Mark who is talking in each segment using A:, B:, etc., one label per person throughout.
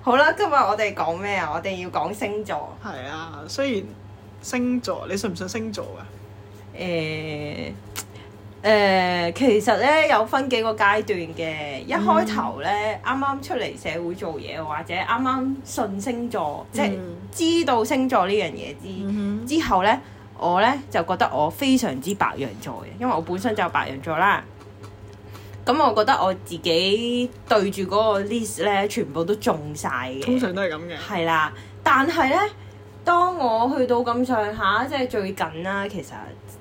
A: 好啦，今日我哋講咩啊？我哋要講星座。
B: 係啊，雖然星座，你信唔信星座㗎？
A: 誒、誒、其實咧有分幾個階段嘅。一開頭咧，啱啱、出嚟社會做嘢，或者啱啱信星座，
B: 嗯
A: 即係知道星座呢樣嘢之、之後咧，我咧就覺得我非常之白羊座嘅，因為我本身就係白羊座啦。咁我覺得我自己對住嗰個 list 咧，全部都中晒嘅。
B: 通常都係咁嘅。
A: 係啦，但係咧，當我去到咁上下，即係最近啦，其實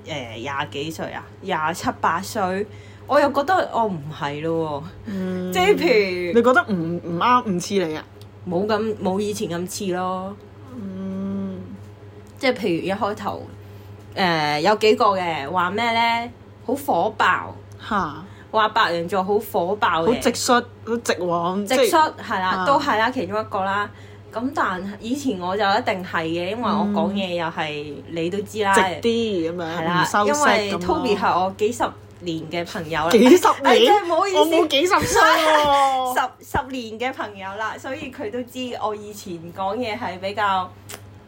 A: 誒廿幾歲啊，廿七八歲，我又覺得我唔係
B: 嗯
A: 咯喎，即係譬
B: 你覺得唔唔啱唔似你啊？
A: 如冇咁冇以前咁似咯，
B: 嗯，
A: 即係譬如一開頭誒、有幾個嘅話咩咧，好火爆，
B: 嚇，
A: 話白羊座好火爆
B: 好
A: 嘅
B: 直。率，好直往，
A: 直
B: 即係
A: 率係啦，
B: 啊
A: 都係啦，其中一個啦。咁但以前我就一定係嘅，因為我講嘢又係你都知啦，
B: 嗯直啲咁
A: 係
B: 樣，
A: 啦
B: 唔，收
A: 因為
B: 飾咁
A: Toby
B: 咯。
A: 係我幾十年嘅朋友啦，
B: 幾十
A: 哎真係
B: 年，
A: 唔好意
B: 我冇
A: 思，
B: 幾十歲 喎。
A: 十十年嘅朋友啦，所以佢都知我以前講嘢係比較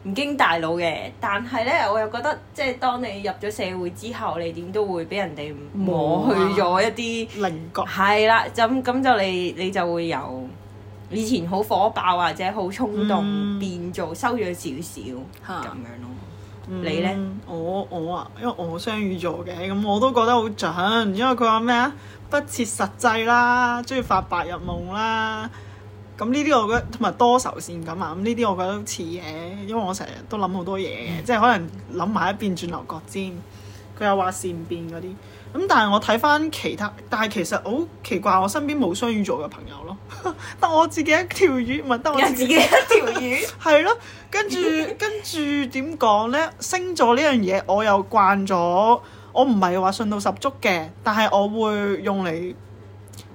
A: 唔經大腦嘅，但係咧我又覺得即係當你入咗社會之後，你點都會俾人哋磨
B: 磨
A: 去
B: 啊
A: 咗一啲。
B: 菱 角
A: 係啦，咁咁就你你就會由以前好火爆或者好衝動、
B: 嗯
A: 變做收咗少少
B: 嚇嗯
A: 咁樣咯。你
B: 你
A: 咧？
B: 我我啊，因為我雙魚座嘅，咁我都覺得好準，因為佢話咩啊，不切實際啦，中意發白日夢啦，咁呢啲我覺得同埋多愁善感啊，咁呢啲我覺得都似嘅，因為我成日都諗好多嘢嘅，即係可能諗埋一邊轉牛角尖，佢又話善變嗰啲，咁但係我睇翻其他，但係其實好奇怪，我身邊冇雙魚座嘅朋友咯， 得我自己一條魚，唔係得我
A: 有
B: 自
A: 自
B: 己
A: 己一條魚，
B: 係咯，跟住跟住點講呢？星座呢樣嘢我又慣咗，我唔係話信到十足嘅，但係我會用嚟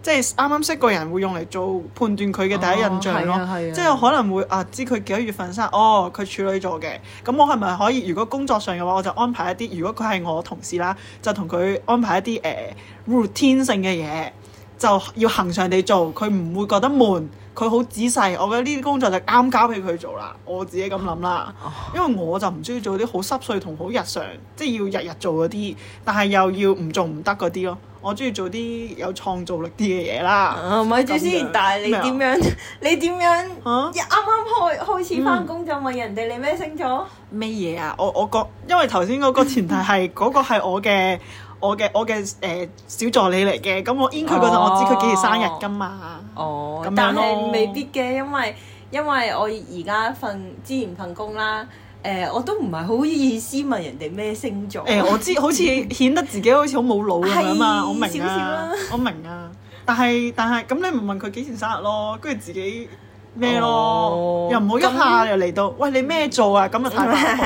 B: 即係啱啱識個人會用嚟做判斷佢嘅第一印象咯。
A: 哦係啊係啊
B: 即係我可能會啊，知佢幾多月份生日，哦，佢處女座嘅，咁我係咪可以？如果工作上嘅話，我就安排一啲；如果佢係我同事啦，就同佢安排一啲誒、呃 routine 性嘅嘢，就要恒常地做，佢唔會覺得悶，佢好仔細。我覺得呢啲工作就啱交俾佢做啦，我自己咁諗啦。因為我就唔中意做啲好濕碎同好日常，即係要日日做嗰啲，但係又要唔做唔得嗰啲咯。我中意做啲有創造力啲嘅嘢啦。
A: 啊，唔係住
B: 咁
A: 先
B: 樣，
A: 但係你
B: 咩啊
A: 點樣？ 你點樣？
B: 啊
A: 一啱啱開開始
B: 嗯
A: 翻工就問人哋你咩星座？
B: 咩嘢啊？我我覺，因為頭先嗰個前提係嗰個係我嘅我嘅我嘅誒、呃小助理嚟嘅，咁我 in 佢嗰陣，我知佢幾時生日噶嘛。
A: 哦
B: 咁樣
A: 但係
B: 咯
A: 未必嘅，因為因為我而家份之前份工啦，誒、我都唔係好意思問人哋咩星座。
B: 誒、我知好似顯得自己好似好冇腦咁樣嘛，
A: 係
B: 我明
A: 少少
B: 啊
A: 啦，
B: 我明啊。但係但係咁你唔問佢幾時生日咯，跟住自己咩咯，
A: 哦
B: 又唔好一
A: 咁
B: 下又嚟到，喂你咩做啊？咁 啊太白婆，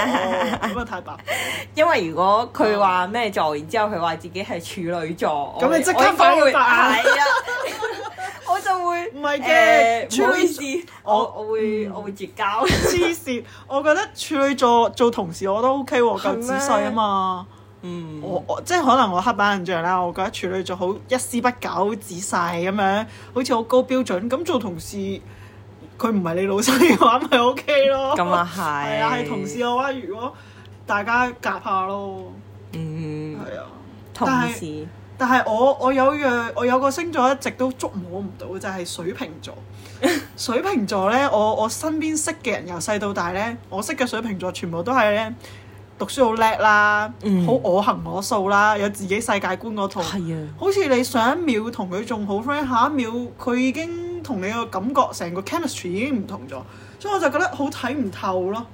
B: 咁啊太白婆。
A: 因為如果佢話咩座，然之後佢話自己係處女座，
B: 哦咁
A: 我
B: 你即刻
A: 我應該會
B: 反白啊
A: 係啊， 我就會
B: 唔係嘅
A: 誒唔好
B: 處女嗯
A: 意思，我
B: 我
A: 我會我會絕交。
B: 黐線！我覺得處女座做同事我都 OK 喎，
A: 係
B: 夠
A: 咩
B: 仔細啊嘛。
A: 嗯，
B: 我我即係可能我黑板印象啦，我覺得處女座好一絲不苟、仔細咁樣，好似好高標準。咁做同事佢唔係你老細嘅話，咪 OK 咯。
A: 咁啊係
B: 係啊，係同事嘅話，如果大家夾下咯，
A: 嗯，
B: 係啊。
A: 同
B: 但係
A: 事
B: 但係我我有樣我有個星座一直都捉摸唔到，就係、水瓶 座。水瓶座呢，我我身邊識嘅人由細到大呢，我識嘅水瓶座全部都係呢，讀書好叻啦，好、
A: 嗯
B: 我行我素啦，有自己世界觀嗰套。
A: 係啊，
B: 好似你上一秒同佢仲好 friend，下一秒佢已經同你個感覺成個 chemistry 已經唔同咗，所以我就覺得好睇唔透咯。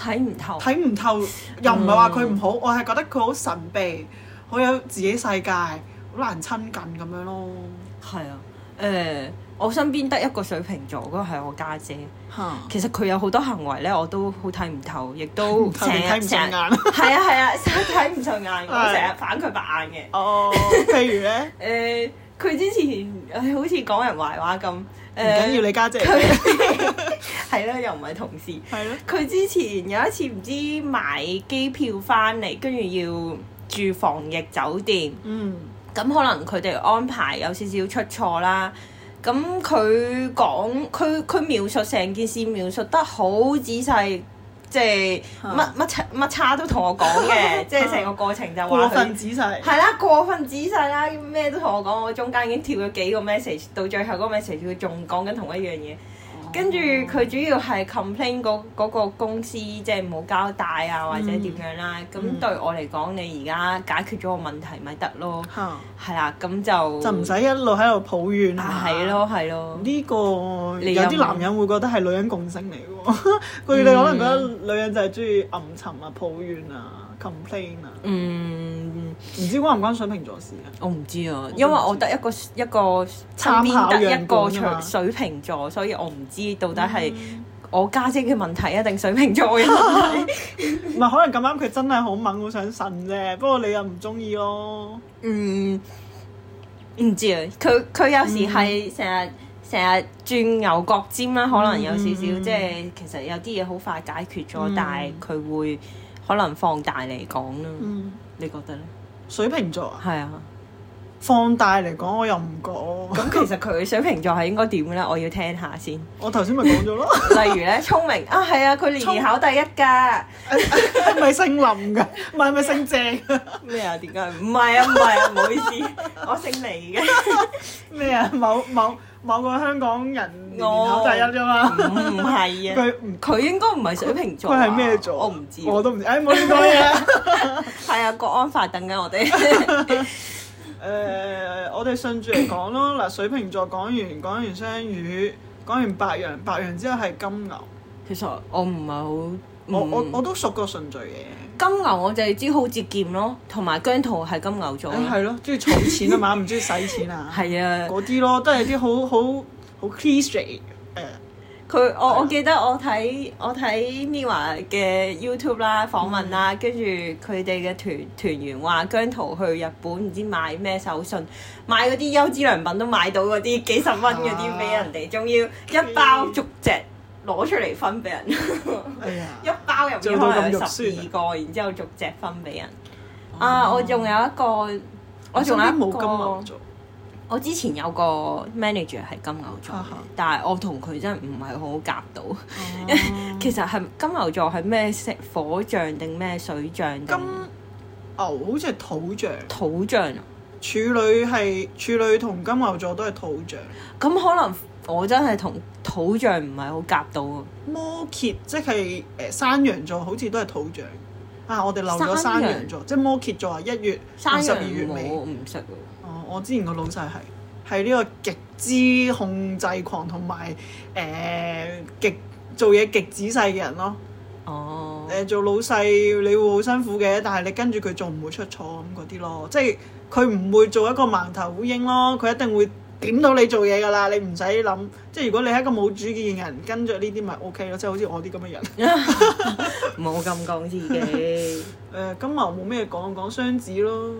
A: 睇唔透。
B: 睇唔透，又唔係話佢唔好，我係覺得佢好神秘，好有自己世界，好難親近咁樣咯。
A: 係啊，誒、我身邊得一個水瓶座，嗰個係我家姐。
B: 嚇！
A: 其實佢有好多行為咧，我都好睇唔透，亦 都
B: 睇唔透
A: 成
B: 你睇
A: 日
B: 唔順
A: 成日
B: 眼
A: 係啊係啊，成日睇唔順 眼，我
B: 係
A: 成日反佢白眼
B: 哦， 譬如咧，
A: 嘅。誒、佢之前誒好似講人壞話咁，誒、
B: 唔緊要你家姐
A: 佢 係啦，又唔係同事。
B: 係咯，
A: 佢之前有一次唔知買機票翻嚟，跟住要住防疫酒店。
B: 嗯，
A: 咁可能佢哋安排有少少出錯啦，咁佢講佢佢描述成件事描述得好仔細，即係乜乜叉乜叉都同我講 嘅，即係成個過程就話
B: 過
A: 佢
B: 分仔細。
A: 係啦，過分仔細啦，咩都同我講，我中間已經跳咗幾個 message，到最後嗰個 message 佢仲講緊同一樣嘢。
B: 哦
A: 跟住佢主要係 complain 嗰嗰個公司即係冇交代啊，或者點樣啦。咁、
B: 嗯
A: 對我嚟講，你而家解決咗個問題咪得咯。
B: 嚇
A: 係啦，咁就
B: 就唔使一路喺度抱怨
A: 啊係。咯係咯。
B: 呢個
A: 你
B: 有啲
A: 有冇
B: 男人會覺得係女人共性嚟嘅喎， 佢
A: 嗯
B: 哋可能覺得女人就係中意暗沉啊、抱怨啊、complain 啊，
A: 嗯，
B: 唔知關唔關水瓶座事啊？
A: 我唔知啊，因為我得一個一個身
B: 參
A: 邊
B: 考
A: 得一
B: 樣
A: 個
B: 本啊
A: 水
B: 嘛嗯
A: 水瓶座，所以我唔知到底係我家姐嘅問題啊，定水瓶座嘅問題。
B: 唔係可能咁啱佢真係好猛，好想呻啫，不過你又唔中意咯。
A: 嗯，唔知啊，佢佢有時係成日成日轉牛角尖啦，可能有少少
B: 嗯嗯
A: 即係其實有啲嘢好快解決咗，但係佢會可能放大嚟講啦。
B: 嗯，
A: 你覺得咧？
B: 水瓶座啊，
A: 係啊，
B: 放大嚟講我又唔講，
A: 咁其實佢水瓶座係應該點咧？我要聽下先。
B: 我頭先咪講 咗咯，
A: 例如咧，聰明啊，係啊，佢年年考第一㗎。
B: 係咪姓林㗎？唔係係咪姓鄭㗎？
A: 咩啊？點解？唔係啊，唔係啊，唔好意 思，我姓李嘅。
B: 咩啊？某某某個香港人年年考第一啫嘛，
A: 唔係啊，
B: 佢唔
A: 佢應該唔係水瓶座
B: 佢
A: 啊。
B: 係咩座？
A: 我唔知。
B: 我都唔知。誒，啊哎冇亂講 嘢。
A: 係啊，國安法等緊我哋。
B: 誒，我哋順住嚟講咯。嗱，水瓶座講完，講完雙魚，講完白羊，白羊之後係金牛。
A: 其實我唔係好，
B: 我我我
A: 我
B: 都熟個順序嘅。
A: 金牛我就係知好節儉咯，同埋姜濤係金牛座
B: 誒
A: 咯。
B: 係咯，中意儲錢 啊嘛，唔中意使錢啊。
A: 係啊，
B: 嗰啲咯，都係啲好好好呃 cliche 誒。
A: 佢我我記得我睇我睇 Mira 嘅 YouTube 啦訪問
B: 嗯
A: 啦，跟住佢哋嘅團團員話姜濤去日本唔知買咩手信，買嗰啲優質良品都買到嗰啲幾十蚊嗰啲俾人
B: 啊
A: 哋，仲要一包逐隻攞出嚟分俾人，一
B: 哎呀，
A: 包入面
B: 做到
A: 可
B: 咁
A: 能
B: 肉
A: 有
B: 酸啊哦
A: 十二個，然之後逐隻分俾人。啊！我仲有一個，我仲有
B: 身邊
A: 一
B: 冇金
A: 個
B: 牛，座。
A: 我之前有個 manager 係金牛座嘅
B: 啊哈
A: 但係我同佢真係唔係好夾到。
B: 哦
A: 其實係金牛座係咩色火象定咩水象定
B: 金牛好似係土象，
A: 土象啊？
B: 處女係處女同金牛座都係土象。
A: 咁可能我真係同土象唔係好夾到啊！
B: 摩羯即係誒山羊座，好似都係土象啊！我哋漏咗山羊座，即係摩羯座係一月同
A: 山
B: 十
A: 羊
B: 二月
A: 我
B: 尾。
A: 唔識喎，
B: 哦，我之前個老細係係呢個極之控制狂同埋誒極做嘢極仔細嘅人咯。
A: 哦
B: 誒、，做老細你會好辛苦嘅，但係你跟住佢做唔會出錯咁嗰啲咯，即係佢唔會做一個盲頭烏蠅咯，佢一定會點到你做嘢㗎啦，你唔使諗。即係如果你係一個冇主見嘅人，跟着呢啲咪 O K 咯，即係好似我啲咁嘅人。
A: 冇咁講自己，
B: 誒、金牛冇咩講，講雙子咯。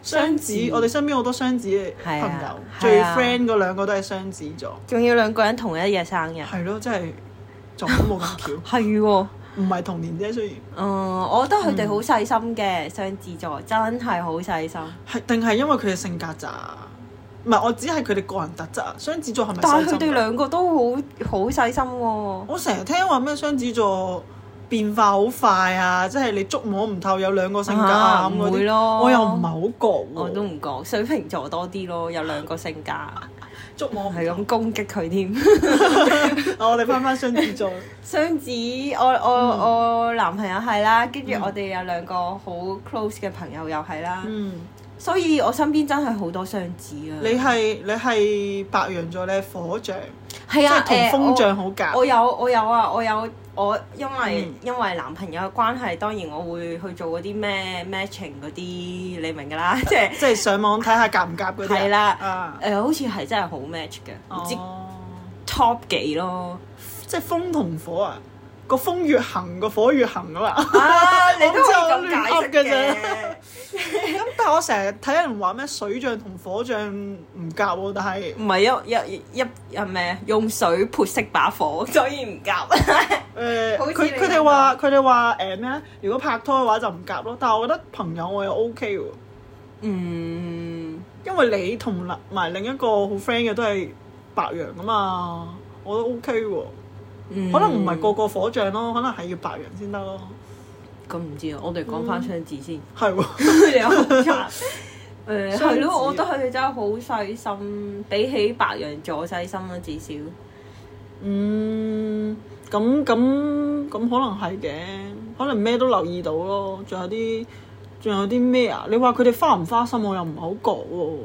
A: 雙
B: 雙
A: 子
B: 子，我哋身邊好多雙子嘅朋
A: 係
B: 友，
A: 啊
B: 最
A: 係啊
B: friend 嗰兩個都係雙子座，
A: 仲要兩個人同一日生日，
B: 係咯，真係撞都冇咁 巧，
A: 係喎。
B: 唔係同年啫，雖然
A: 嗯，我覺得佢哋好細心嘅雙子座，真係好細心。
B: 係定係因為佢哋性格咋？唔係，我只係佢哋個人特質啊。雙子座係咪
A: 但係
B: 細
A: 佢
B: 心
A: 哋
B: 㗎？
A: 兩個都好好細心喎、
B: 我成日聽話咩雙子座變化好快啊，即係你捉摸唔透有兩個性格
A: 啊
B: 啊咁
A: 唔
B: 嗰
A: 會
B: 啲，
A: 咯
B: 我又唔係好覺喎，
A: 我都唔講，水瓶座多啲咯，有兩個性格，
B: 捉摸唔 啊
A: 係咁攻擊佢添。
B: 透。我哋翻翻雙子 座，
A: 雙子，我
B: 嗯
A: 我我男朋友係啦，跟住我哋有兩個好 close 嘅朋友又係啦，
B: 嗯。
A: 所以我身邊真係好多雙子啊。
B: 你係你係白羊座，你係火象，
A: 係啊，
B: 即係
A: 誒
B: 同
A: 我
B: 風象好夾。
A: 我有我有啊，我有我因為、
B: 嗯
A: 因為男朋友嘅關係，當然我會去做嗰啲咩 matching 嗰啲，你明㗎啦， 即係
B: 即係上網睇下夾唔夾嗰啲啊。
A: 係啦
B: 啊，
A: 誒好似係真係好 match 嘅，唔知
B: 哦
A: top 幾咯。
B: 即係風同火啊，個風越行，個火越行啊嘛。
A: 啊，你都可以
B: 我唔
A: 咁
B: 知
A: 解
B: 我
A: 釋
B: 亂噏嘅
A: 嘅
B: 啫。咁但係我成日睇人話咩水象同火象唔夾喎，但係
A: 唔係一一一係咩？用水潑熄把火， 所以唔夾。
B: 誒
A: 好似
B: 佢
A: 你
B: 佢
A: 咁
B: 哋話佢哋話誒咩咧？如果拍拖嘅話就唔夾咯，但係我覺得朋友我又 OK 喎，
A: 嗯，
B: 因為你同埋另一個好 friend 嘅都係白羊噶嘛，我都 OK 喎。
A: 嗯
B: 可能唔係個個火象咯，可能係要白羊先得咯。
A: 咁唔知啊，我哋講翻雙子先。
B: 係喎，
A: 你好 慘。誒
B: 雙
A: 係
B: 子
A: 咯，我覺得佢哋真係好細心，比起白羊座細心啦，至少。
B: 嗯，咁咁咁可能係嘅，可能咩都留意到咯。仲有啲仲有啲咩啊？你話佢哋花唔花心，我又唔係好覺喎。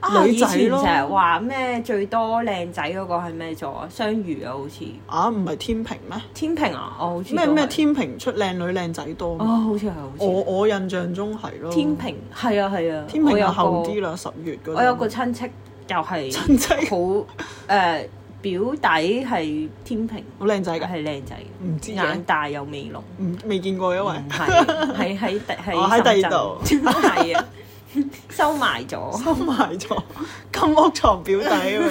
A: 啊！
B: 女
A: 以
B: 仔
A: 前
B: 咯
A: 成日話咩最多靚仔嗰個係咩座啊？雙魚啊，好似
B: 啊，唔係天平咩？
A: 天平啊，我好似
B: 咩
A: 都係
B: 咩天平出靚女靚仔多
A: 哦，
B: 嘛？
A: 好似係好似
B: 我我印象中係咯。
A: 天平係啊係啊，
B: 天
A: 我
B: 平又
A: 有
B: 後
A: 個
B: 啲啦，十月嗰陣
A: 我有個親戚又係
B: 親 戚
A: 好誒表弟係天平，
B: 好靚仔㗎，
A: 係靚仔嘅，
B: 唔知
A: 眼
B: 嘅，
A: 大又眉 濃。
B: 唔未見過因為。
A: 唔係喺喺第喺
B: 哦喺第二度
A: 深圳係啊， 收埋咗。
B: 收埋咗 金屋藏表弟咁樣。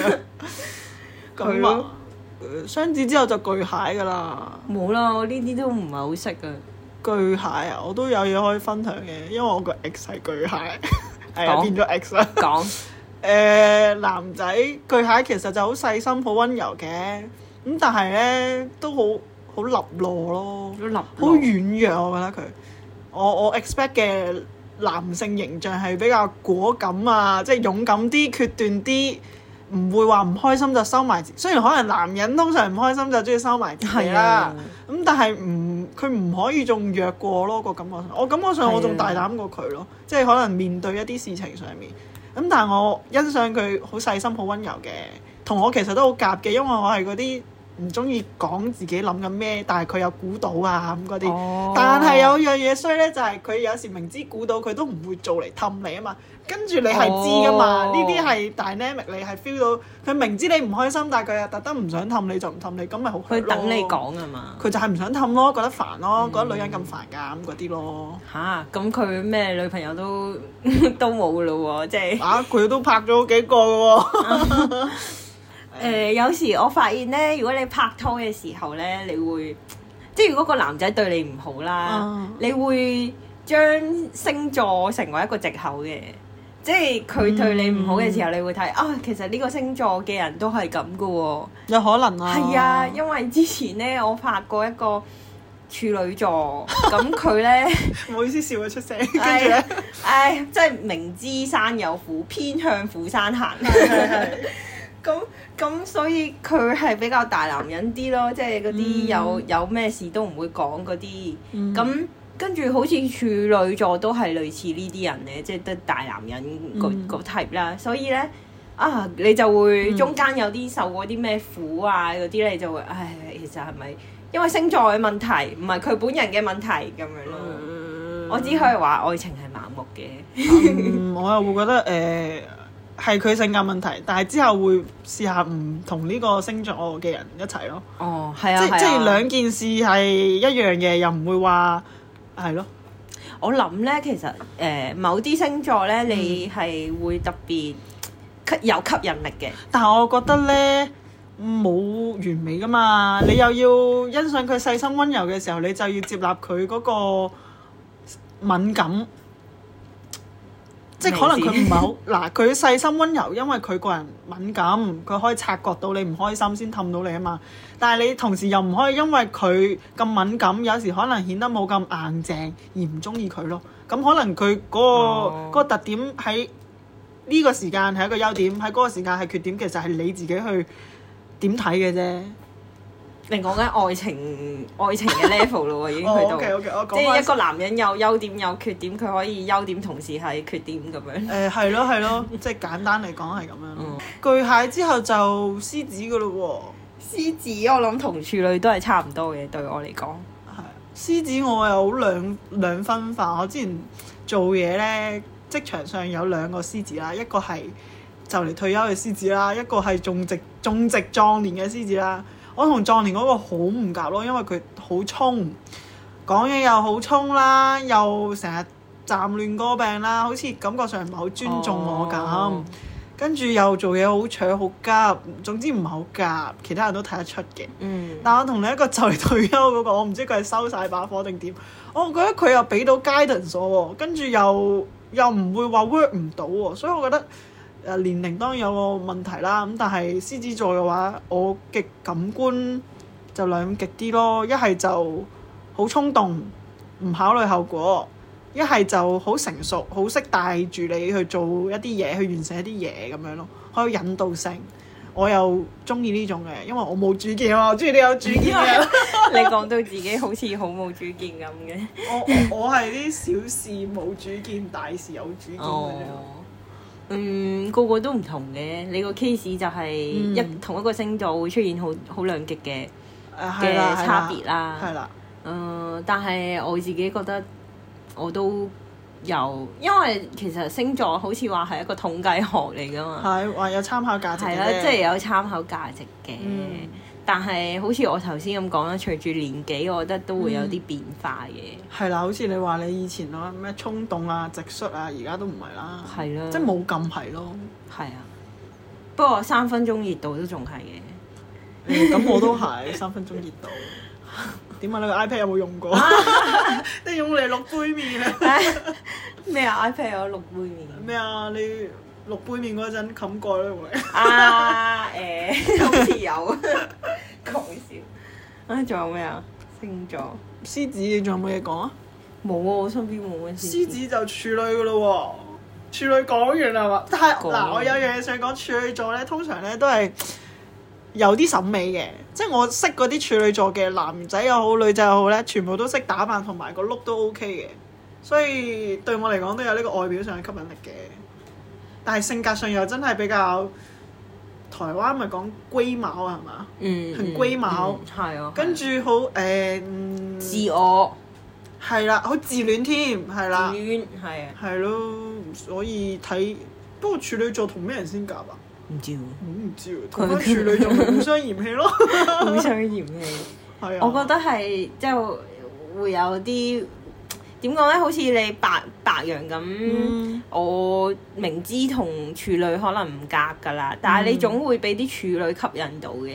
A: 係
B: 咁
A: 咯
B: 啊，誒雙子之後就巨蟹噶啦。
A: 冇啦，我呢啲都唔係好識啊。
B: 巨蟹啊，我都有嘢可以分享嘅，因為我個 ex 係巨蟹， 係啊
A: 講
B: 變咗 ex 啦。
A: 講
B: 誒、男仔巨蟹其實就好細心、好温柔嘅，咁但係咧都好好立落咯，
A: 立
B: 好軟弱我覺得佢。我我 expect 嘅男性形象係比較果敢啊，即係勇敢啲、決斷啲，唔會話唔開心就收埋自。雖然可能男人通常唔開心就中意收埋自己
A: 係
B: 啦
A: 啊，，
B: 咁但係唔佢唔可以仲弱過咯個感覺上，我感覺
A: 啊
B: 上我仲大膽過佢咯，即係可能面對一啲事情上面。咁但係我欣賞佢好細心、好温柔嘅，同我其實都好夾嘅，因為我係嗰啲唔中意講自己諗緊咩，但係佢又估到啊咁嗰啲。
A: 哦
B: 但係有樣嘢衰咧，就係、佢有時明知估到佢都唔會做嚟氹你啊嘛，跟住你係知噶嘛，
A: 哦
B: 呢啲係 dynamic，你係 feel 到佢明知你唔開心，但係佢又特登唔想氹你就唔氹你，咁咪好 hurt
A: 佢
B: 咯
A: 等你講啊嗯嘛。
B: 佢就係唔想氹咯，覺得煩咯，覺得女人咁煩㗎咁嗰啲咯。
A: 吓，咁佢咩女朋友都 都冇咯喎，即係
B: 啊，佢都拍咗好幾個㗎喎。
A: 誒有時我發現咧，如果你拍拖嘅時候咧，你會即係如果個男仔對你唔好啦
B: 嗯，
A: 你會將星座成為一個藉口嘅。即係佢對你唔好嘅時候，你會睇啊，其實呢個星座嘅人都係咁噶喎。
B: 有可能啊。
A: 係啊，因為之前咧我拍過一個處女座，咁佢咧，
B: 唔好意思笑咗出聲，跟住
A: 唉
B: 咧，
A: 唉，真係明知山有虎，偏向虎山行。 咁咁所以佢係比較大男人啲咯，即係嗰啲有、有咩事都唔會講嗰啲。
B: 嗯
A: 咁、跟住好似處女座都係類似呢啲人咧，即係都大男人嗰
B: 嗯
A: 嗰 type 啦。所以咧啊，你就會
B: 嗯
A: 中間有啲受過啲咩苦啊嗰啲，你就會唉，其實係咪因為星座嘅問題，唔係佢本人嘅問題咁樣咯？我只可以話愛情係盲目嘅。
B: 嗯我又會覺得呃誒係佢性格問題，但係之後會試下唔同呢個星座嘅人一齊咯。
A: 哦，係啊，
B: 即即
A: 係啊
B: 係兩件事係一樣嘅，又唔會話係咯。
A: 我諗咧，其實誒、呃某啲星座咧，你係會特別吸有吸引力嘅。
B: 但係我覺得咧冇完美噶嘛，你又要欣賞佢細心温柔嘅時候，你就要接納佢嗰個敏感，即係可能佢唔係好嗱，佢細心温柔，因為佢個人敏感，佢可以察覺到你唔開心先氹到你啊嘛。但係你同時又唔可以因為佢咁敏感，有時可能顯得冇咁硬淨而唔中意佢咯。咁可能佢嗰、
A: 哦
B: 個嗰、個特點喺呢個時間係一個優點，喺嗰個時間係缺點，其實係你自己去點睇嘅啫。
A: 你講緊愛情愛情 嘅 level 咯喎，已經去到。
B: OK OK，我哦
A: 即
B: 講
A: 係
B: 翻
A: 一個男人有優點有缺點，佢可以優點同時係缺點咁樣。
B: 誒係咯係咯，即係簡單嚟講係咁樣
A: 嗯
B: 咯。巨蟹之後就獅子噶咯
A: 獅子我諗同處女都係差唔多嘅，對我嚟講。
B: 喎，係獅子我有兩兩分化。我之前做嘢咧，職場上有兩個獅子啦，一個係就嚟退休嘅獅子啦，一個係種植種植壯年嘅獅子啦。我同壯年嗰個好唔夾咯，因為佢好衝，講嘢又好衝啦，又成日站亂歌病啦，好似感覺上唔係好尊重我咁。
A: 哦
B: 跟住又做嘢好搶好急，總之唔係好夾，其他人都睇得出嘅。
A: 嗯，
B: 但我同另一個就嚟退休嗰、個，我唔知佢係收晒把火定點。哦我覺得佢又俾到 guidance 我喎，跟住又又唔會話 work 唔到喎，所以我覺得誒、誒年齡當然有個問題啦，咁但係獅子座嘅話，我嘅感官就兩極啲咯，一係就好衝動，唔考慮後果；一係就好成熟，好識帶住你去做一啲嘢，去完成一啲嘢咁樣咯，好有引導性。我又中意呢種嘅，因為我冇主見啊，我中意你有主見嘅。
A: 你講到自己好似好冇主見咁嘅。
B: 我我我係啲小事冇主見，大事有主見嗰啲
A: 哦
B: 咯。
A: 嗯，個個都唔同嘅。你個 case 就係一、
B: 嗯
A: 同一個星座會出現好好兩極嘅
B: 誒啊係
A: 嘅
B: 啦，
A: 差
B: 係啦
A: 別啦。
B: 係啦，
A: 誒、但係我自己覺得我都有，因為其實星座好似話係一個統計學嚟噶嘛，
B: 係話有參考價值嘅
A: 係啦，
B: 啫
A: 即係有參考價值嘅。
B: 嗯
A: 但係好似我頭先咁講啦，隨住年紀，我覺得都會有
B: 嗯
A: 啲變化嘅。
B: 係啦，好似你話你以前咯咩衝動啊、直率啊，而家都唔係啦，
A: 係啦
B: 即係冇咁係咯。
A: 係啊，不過三分鐘熱度都仲係嘅。
B: 誒哦咁我都 係三分鐘熱度。點啊？你個 iPad 有冇用 過？即係用嚟錄杯麵啊？
A: 咩啊？iPad 有六杯面
B: 咩啊？你錄杯麵嗰陣冚蓋咯，用嚟。
A: 啊？誒、 好似有， 講笑。啊，仲有咩啊？星座
B: 獅子，你仲有冇嘢講啊？
A: 冇啊，我身邊冇乜
B: 獅子就處女噶咯喎，處女講完啦嘛。但係
A: 講
B: 嗱，我有樣嘢想講，處女座咧通常咧都係有啲審美嘅，即係我識嗰啲處女座嘅男仔又好，女仔又好咧，全部都識打扮同埋個 look 都 OK 嘅，所以對我嚟講都有呢個外表上嘅吸引力嘅。但係性格上又真係比較台灣咪講龜毛啊，係嘛？
A: 嗯，
B: 很龜毛
A: 嗯，係、啊。
B: 跟住好誒，嗯
A: 自我
B: 係啦，好自戀添，係
A: 自
B: 啦。
A: 戀係啊，
B: 係咯，所以睇不過處女座同咩人先夾啊？
A: 唔知
B: 我
A: 喎，
B: 都唔知喎，同班處女座咪互相嫌棄咯，
A: 好想嫌棄。
B: 係 啊。
A: 我覺得係即係會有啲點講咧，好似你白白羊咁。
B: 嗯
A: 我明知同處女可能唔夾㗎啦，但係你
B: 嗯
A: 總會俾啲處女吸引到嘅，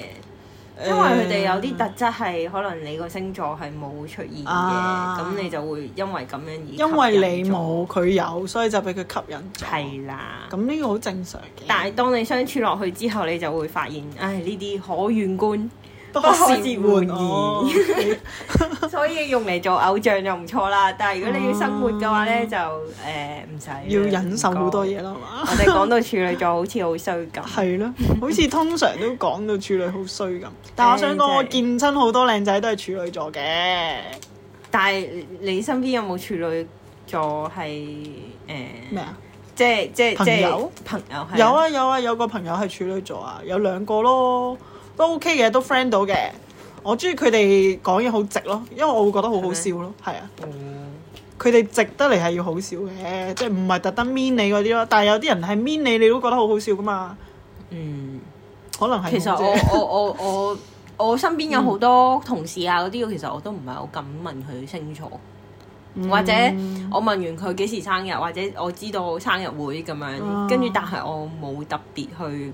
A: 嗯因為佢哋有啲特
B: 誒
A: 質係可能你個星座係冇出現嘅，咁、
B: 啊
A: 你就會因為咁樣而
B: 因為
A: 吸
B: 你
A: 引咗
B: 冇佢有，所以就俾佢吸引咗。
A: 係啦。
B: 咁呢個好正常嘅，
A: 但係當你相處落去之後，你就會發現，唉呢啲可遠 觀，
B: 不
A: 不可置
B: 置
A: 換
B: 哦
A: 所以用嚟做偶像就唔錯啦。但係如果你要生活嘅話咧，就誒唔使啦
B: 嗯要忍受好多。
A: 唔
B: 嘢啦嘛
A: 該。我哋講到處女座好似好衰咁，
B: 係咯，好似通常都講到處女好衰 咁，但我想講，我
A: 誒即
B: 見親好多靚仔都係處女座嘅，
A: 但係你身邊有冇處女座係誒
B: 咩啊？
A: 即係即係即
B: 朋
A: 係
B: 友
A: 朋友係
B: 有，啊有啊，有個朋友係處女座啊，有兩個咯，都 OK 嘅，都 friend 到嘅。我中意佢哋講嘢好直咯，因為我會覺得好好笑咯，係啊。
A: 嗯
B: 佢哋直得嚟係要好笑嘅，即係唔係特登 mean 你嗰啲咯。但係有啲人係 mean 你，你都覺得好好笑噶嘛。
A: 嗯。
B: 可能係
A: 其實
B: 啫嗯
A: 我我我我我身邊有好多同事啊嗰啲，其實我都唔係好敢問佢星座，
B: 嗯
A: 或者我問完佢幾時生日，或者我知道生日會咁樣，
B: 啊
A: 跟住但係我冇特別去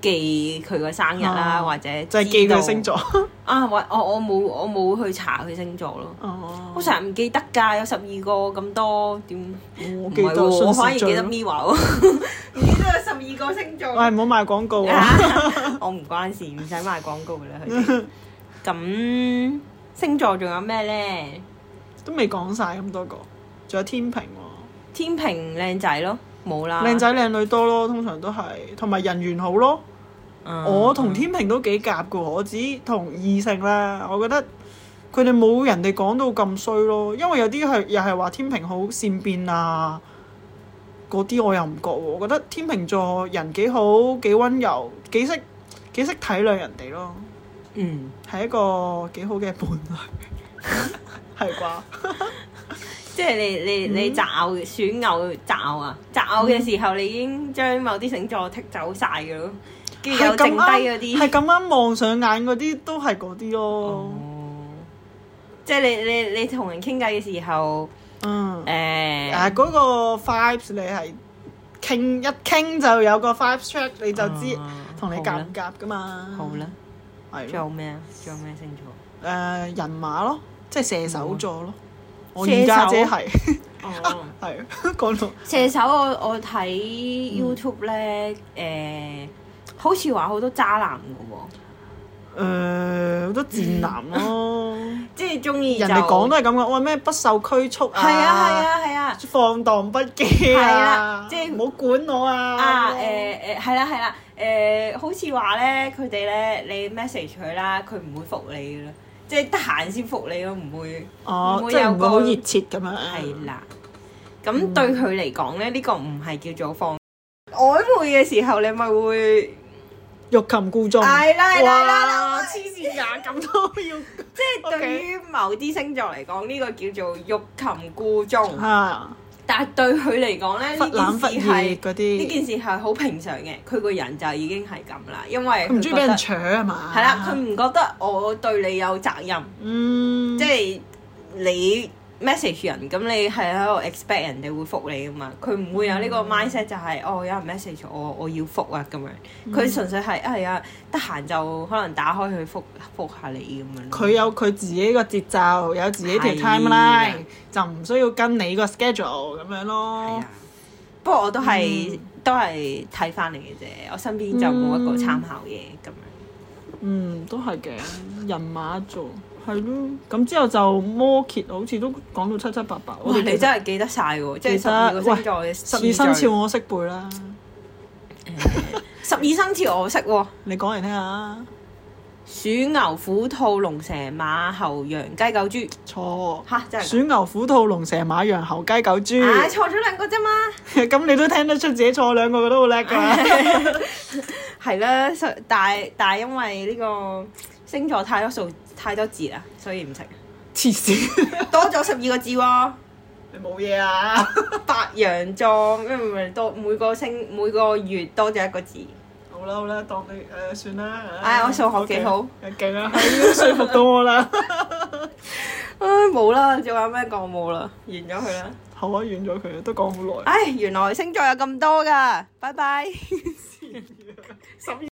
A: 記佢個生日啦，
B: 啊
A: 或者
B: 就
A: 知
B: 係記
A: 道
B: 佢星座。
A: 啊，或我我冇我冇去查佢星座咯。
B: 哦
A: 我成日唔記得㗎，有十二個咁多點？
B: 我
A: 唔
B: 記
A: 係
B: 得
A: 喎，我反而
B: 順
A: 記
B: 時序
A: 得
B: 咯
A: Miwa 喎， 唔記得有十二個星座。
B: 喂，唔好賣廣告啊！
A: 啊我唔關事，唔使賣廣告㗎啦。佢哋咁星座仲有咩咧？
B: 都未講晒咁多個，仲有天平喎，
A: 天平靚仔咯，冇啦。
B: 靚，仔靚女多咯，通常都係，同埋人緣好咯。
A: 嗯啊
B: 我同天平都幾夾噶，我只同異性啦，我覺得佢哋冇人哋講到咁衰咯，因為有啲係又係話天平好善變啊，嗰啲我又唔覺喎，我覺得天平座人幾好，幾温柔，幾識幾識體諒人哋咯，
A: 嗯，
B: 係一個幾好嘅伴侶， 係啩？
A: 即係你你
B: 嗯
A: 你擇偶選偶擇偶啊，擇偶嘅時候你已經將某啲星座剔走晒㗎咯，跟住有
B: 係
A: 剩低
B: 咁
A: 嗰
B: 啱，
A: 啲。哦
B: 係咁啱望上眼嗰啲都係嗰啲咯，
A: 即係你你你同人傾偈嘅時候，
B: 嗯。
A: 誒
B: 誒嗰個 vibes 你係傾一傾就有個 vibes check，你就知
A: 啊
B: 同你
A: 好
B: 夾
A: 啦
B: 唔夾噶嘛。
A: 好啦，
B: 係
A: 仲有
B: 咯
A: 咩啊？仲有咩星座？嗯
B: 誒人馬咯，即係射手座咯，我二家姐係
A: 哦，
B: 係講到
A: 射手我我睇 YouTube 咧，誒、好似話好多渣男嘅喎，
B: 誒好多賤男 咯，
A: 即係中意
B: 人哋講都
A: 係
B: 係咁嘅，哇咩不受拘束啊，
A: 啊係啊係啊
B: 放蕩不羈
A: 係
B: 啊
A: 啦，即係
B: 唔好管我啊
A: 啊誒誒係啦係啦誒，好似話咧佢哋咧你 message 佢啦，佢唔會復你嘅啦，即係得閒先復你咯，唔會
B: 哦
A: 唔，會
B: 即係
A: 有
B: 唔會
A: 個
B: 好熱切咁樣，
A: 係啦。咁對佢嚟講咧，呢、個唔係叫做放曖昧嘅時候，你咪會
B: 欲擒故縱，
A: 係啦係啦係啦
B: 哇
A: 係啦
B: 黐線㗎，咁都要
A: 即係
B: OK
A: 對於某啲星座嚟講，呢、個叫做欲擒故縱，
B: 嚇。
A: 但係對佢嚟講咧，
B: 啊忽
A: 呢
B: 冷忽
A: 件
B: 熱
A: 事係
B: 嗰
A: 呢
B: 啲，
A: 件事係好平常嘅。佢個人就已經係咁啦，因為
B: 佢唔中意俾人
A: 覺
B: 扯啊嘛。
A: 得係啦，佢唔覺得我對你有責任，
B: 嗯，
A: 即係你 message 人，咁你係喺度 expect 人哋會復你噶嘛？佢唔會有呢個
B: 嗯
A: mindset 就係、哦有人 message 我，我要復啊咁樣。
B: 嗯
A: 佢純粹係啊係啊，得閒就可能打開佢復復下你咁樣咯。
B: 佢有佢自己個節奏，有自己條
A: 係
B: timeline，就唔需要跟你個 schedule 咁樣
A: 係
B: 咯
A: 啊。，不過我都係、
B: 嗯
A: 都係睇翻嚟嘅啫，我身邊就冇一個參考嘢咁樣。
B: 嗯，都係嘅，人馬座係咯。咁之後就摩羯，好似都講到七七八八。我
A: 哇！
B: 哋
A: 你真係記得晒喎，即
B: 記
A: 係
B: 得
A: 十二個星座嘅
B: 十
A: 次序
B: 二生肖，我識背啦，
A: 十二生肖我識喎。
B: 你講嚟聽下。
A: 鼠牛虎兔龍蛇馬猴羊雞狗豬
B: 錯。
A: 吓，哦真係
B: 鼠牛虎兔龍蛇馬羊猴雞狗豬
A: 㗎，唉，錯咗兩個啫嘛，
B: 咁你都聽得出自己錯兩個，佢都好叻㗎。
A: 係啦，所但係但係因為呢個星座太多數太多字啦，所以唔 識
B: 黐線，
A: 多咗十二個字喎。
B: 你冇嘢啊？
A: 白羊座咩唔係多每個星每個月多咗一個字，
B: 好啦好啦，當你誒、呃算啦。
A: 唉我數學幾好
B: ，OK，勁啊！ 係都說服到我啦。
A: 唉冇啦，仲有咩講冇啦，完咗佢啦。
B: 好啊，完咗佢，都講好耐。
A: 唉，原來星座有咁多㗎，拜拜。
B: 十二